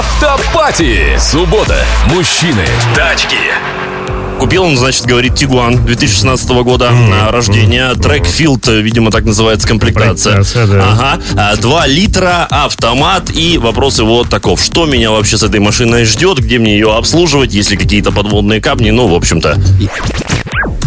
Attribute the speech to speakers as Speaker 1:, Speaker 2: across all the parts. Speaker 1: Автопати. Суббота. Мужчины. Тачки.
Speaker 2: Купил он, значит, говорит, Тигуан 2016 года а, рождения. Трекфилд, видимо, так называется комплектация.
Speaker 3: Комплектация, да.
Speaker 2: Ага. А, 2 литра, автомат и вопрос его таков. Что меня вообще с этой машиной ждет? Где мне ее обслуживать? Есть ли какие-то подводные камни? Ну, в общем-то.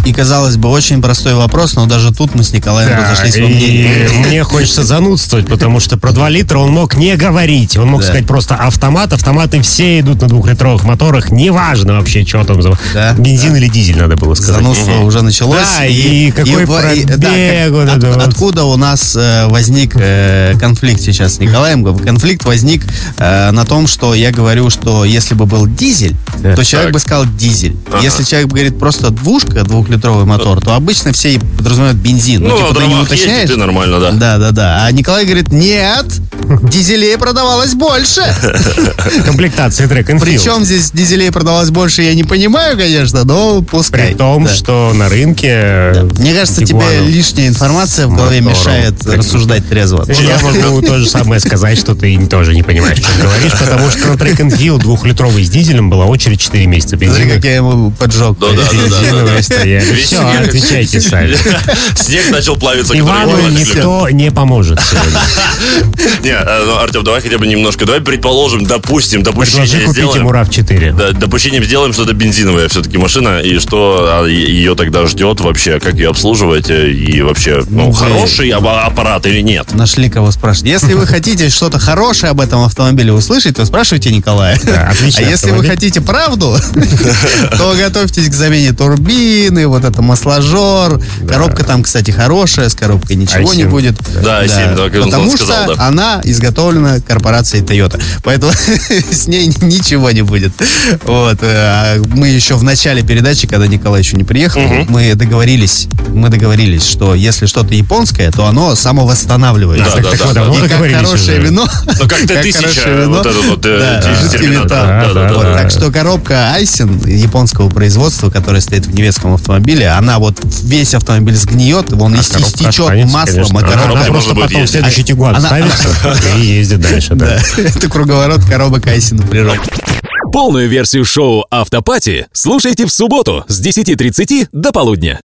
Speaker 4: И казалось бы, очень простой вопрос, но даже тут мы с Николаем
Speaker 3: Да,
Speaker 4: разошлись во
Speaker 3: и
Speaker 4: мнении.
Speaker 3: Мне хочется занудствовать, потому что про 2 литра он мог не говорить. Он мог сказать просто автомат. Автоматы все идут на двухлитровых моторах. Неважно вообще, что там. за-
Speaker 4: Да.
Speaker 3: Бензин или дизель, надо было сказать.
Speaker 4: Занудство уже началось.
Speaker 3: Да, и какой
Speaker 4: во-
Speaker 3: пробег,
Speaker 4: да, как-
Speaker 3: вот
Speaker 4: от-
Speaker 3: это вот.
Speaker 4: Откуда у нас э, возник э, конфликт сейчас с Николаем? Конфликт возник э, на том, что я говорю, что если бы был дизель, то человек бы сказал дизель. Если человек говорит просто двушка, двухлитровый мотор, то обычно все и подразумевают бензин.
Speaker 2: Ну,
Speaker 4: типа,
Speaker 2: на
Speaker 4: ты не
Speaker 2: дровах ездит,
Speaker 4: уточняешь.
Speaker 2: ты нормально, да.
Speaker 4: Да, да, да. А Николай говорит, нет, дизелей продавалось больше.
Speaker 3: Комплектация трек Enfield.
Speaker 4: Причем здесь дизелей продавалось больше, я не понимаю, конечно, но пускай.
Speaker 3: При том,
Speaker 4: Да.
Speaker 3: что на рынке... э,
Speaker 4: Мне кажется, тебе
Speaker 3: Тигуану.
Speaker 4: лишняя информация в голове
Speaker 3: Мотором.
Speaker 4: мешает рассуждать трезво.
Speaker 3: Я могу то же самое сказать, что ты тоже не понимаешь, что говоришь, потому что на трек Enfield двухлитровый с дизелем была очередь 4 месяца.
Speaker 4: Смотри,
Speaker 3: Бензина
Speaker 4: как я ему поджег.
Speaker 3: Ну
Speaker 2: Да, да, да, да, да.
Speaker 3: Резиновые стояли.
Speaker 2: Весь
Speaker 3: Все,
Speaker 2: снег.
Speaker 3: отвечайте сами.
Speaker 2: Снег начал плавиться. который
Speaker 3: Ивану
Speaker 2: было отлеплен.
Speaker 3: никто не поможет сегодня.
Speaker 2: Не, э, ну, Артем, давай хотя бы немножко. Давай предположим, допустим,
Speaker 3: Предложи
Speaker 2: допущение
Speaker 3: купить
Speaker 2: сделаем.
Speaker 3: ему RAV4.
Speaker 2: Да, допущением сделаем, что это бензиновая все-таки машина, и что а, е- ее тогда ждет вообще, как ее обслуживать, э, и вообще, ну,
Speaker 4: Ну, да.
Speaker 2: хороший аба- аппарат или нет.
Speaker 4: Нашли кого спрашивать. Если вы хотите что-то хорошее об этом автомобиле услышать, то спрашивайте Николая.
Speaker 3: Да,
Speaker 4: А
Speaker 3: отличный
Speaker 4: если вы
Speaker 3: автомобиль.
Speaker 4: хотите правду, то готовьтесь к замене турбины, вот это масложор. Коробка там, кстати, хорошая, с коробкой ничего не
Speaker 3: i7,
Speaker 4: будет.
Speaker 2: Да, i7, да, как он
Speaker 4: Потому
Speaker 2: сказал,
Speaker 4: что
Speaker 2: да.
Speaker 4: она изготовлена корпорацией Toyota. Поэтому с ней ничего не будет. Вот. э, а Мы еще в начале передачи, когда Николай еще не приехал, мы договорились, мы договорились, что если что-то японское, то оно самовосстанавливается.
Speaker 2: Да, да,
Speaker 3: Так
Speaker 2: да,
Speaker 3: вот,
Speaker 2: да.
Speaker 3: давно
Speaker 4: И как
Speaker 3: договорились
Speaker 4: хорошее
Speaker 3: уже.
Speaker 4: вино.
Speaker 2: Ну, как
Speaker 4: хорошее
Speaker 2: Т-1000,
Speaker 4: вино.
Speaker 2: вот этот вот э,
Speaker 4: Да,
Speaker 2: ти-
Speaker 4: жидкий
Speaker 2: терминатор.
Speaker 4: металл.
Speaker 2: Да, да,
Speaker 3: Да,
Speaker 4: Вот,
Speaker 2: да.
Speaker 4: так что коробка Айсен японского производства, которая стоит в немецком автомобиле, она вот весь автомобиль сгниет, он
Speaker 3: А Коробка
Speaker 4: течет
Speaker 3: останется,
Speaker 4: маслом,
Speaker 3: конечно.
Speaker 4: а коробка...
Speaker 3: Она
Speaker 2: Коробка
Speaker 3: просто
Speaker 2: можно будет
Speaker 3: потом в
Speaker 2: ездить.
Speaker 3: следующий Тигуан
Speaker 4: Она-
Speaker 3: ставится и ездит дальше. да.
Speaker 4: Это круговорот коробок Айсен природы.
Speaker 1: Полную версию шоу «Автопати» слушайте в субботу с 10.30 до полудня.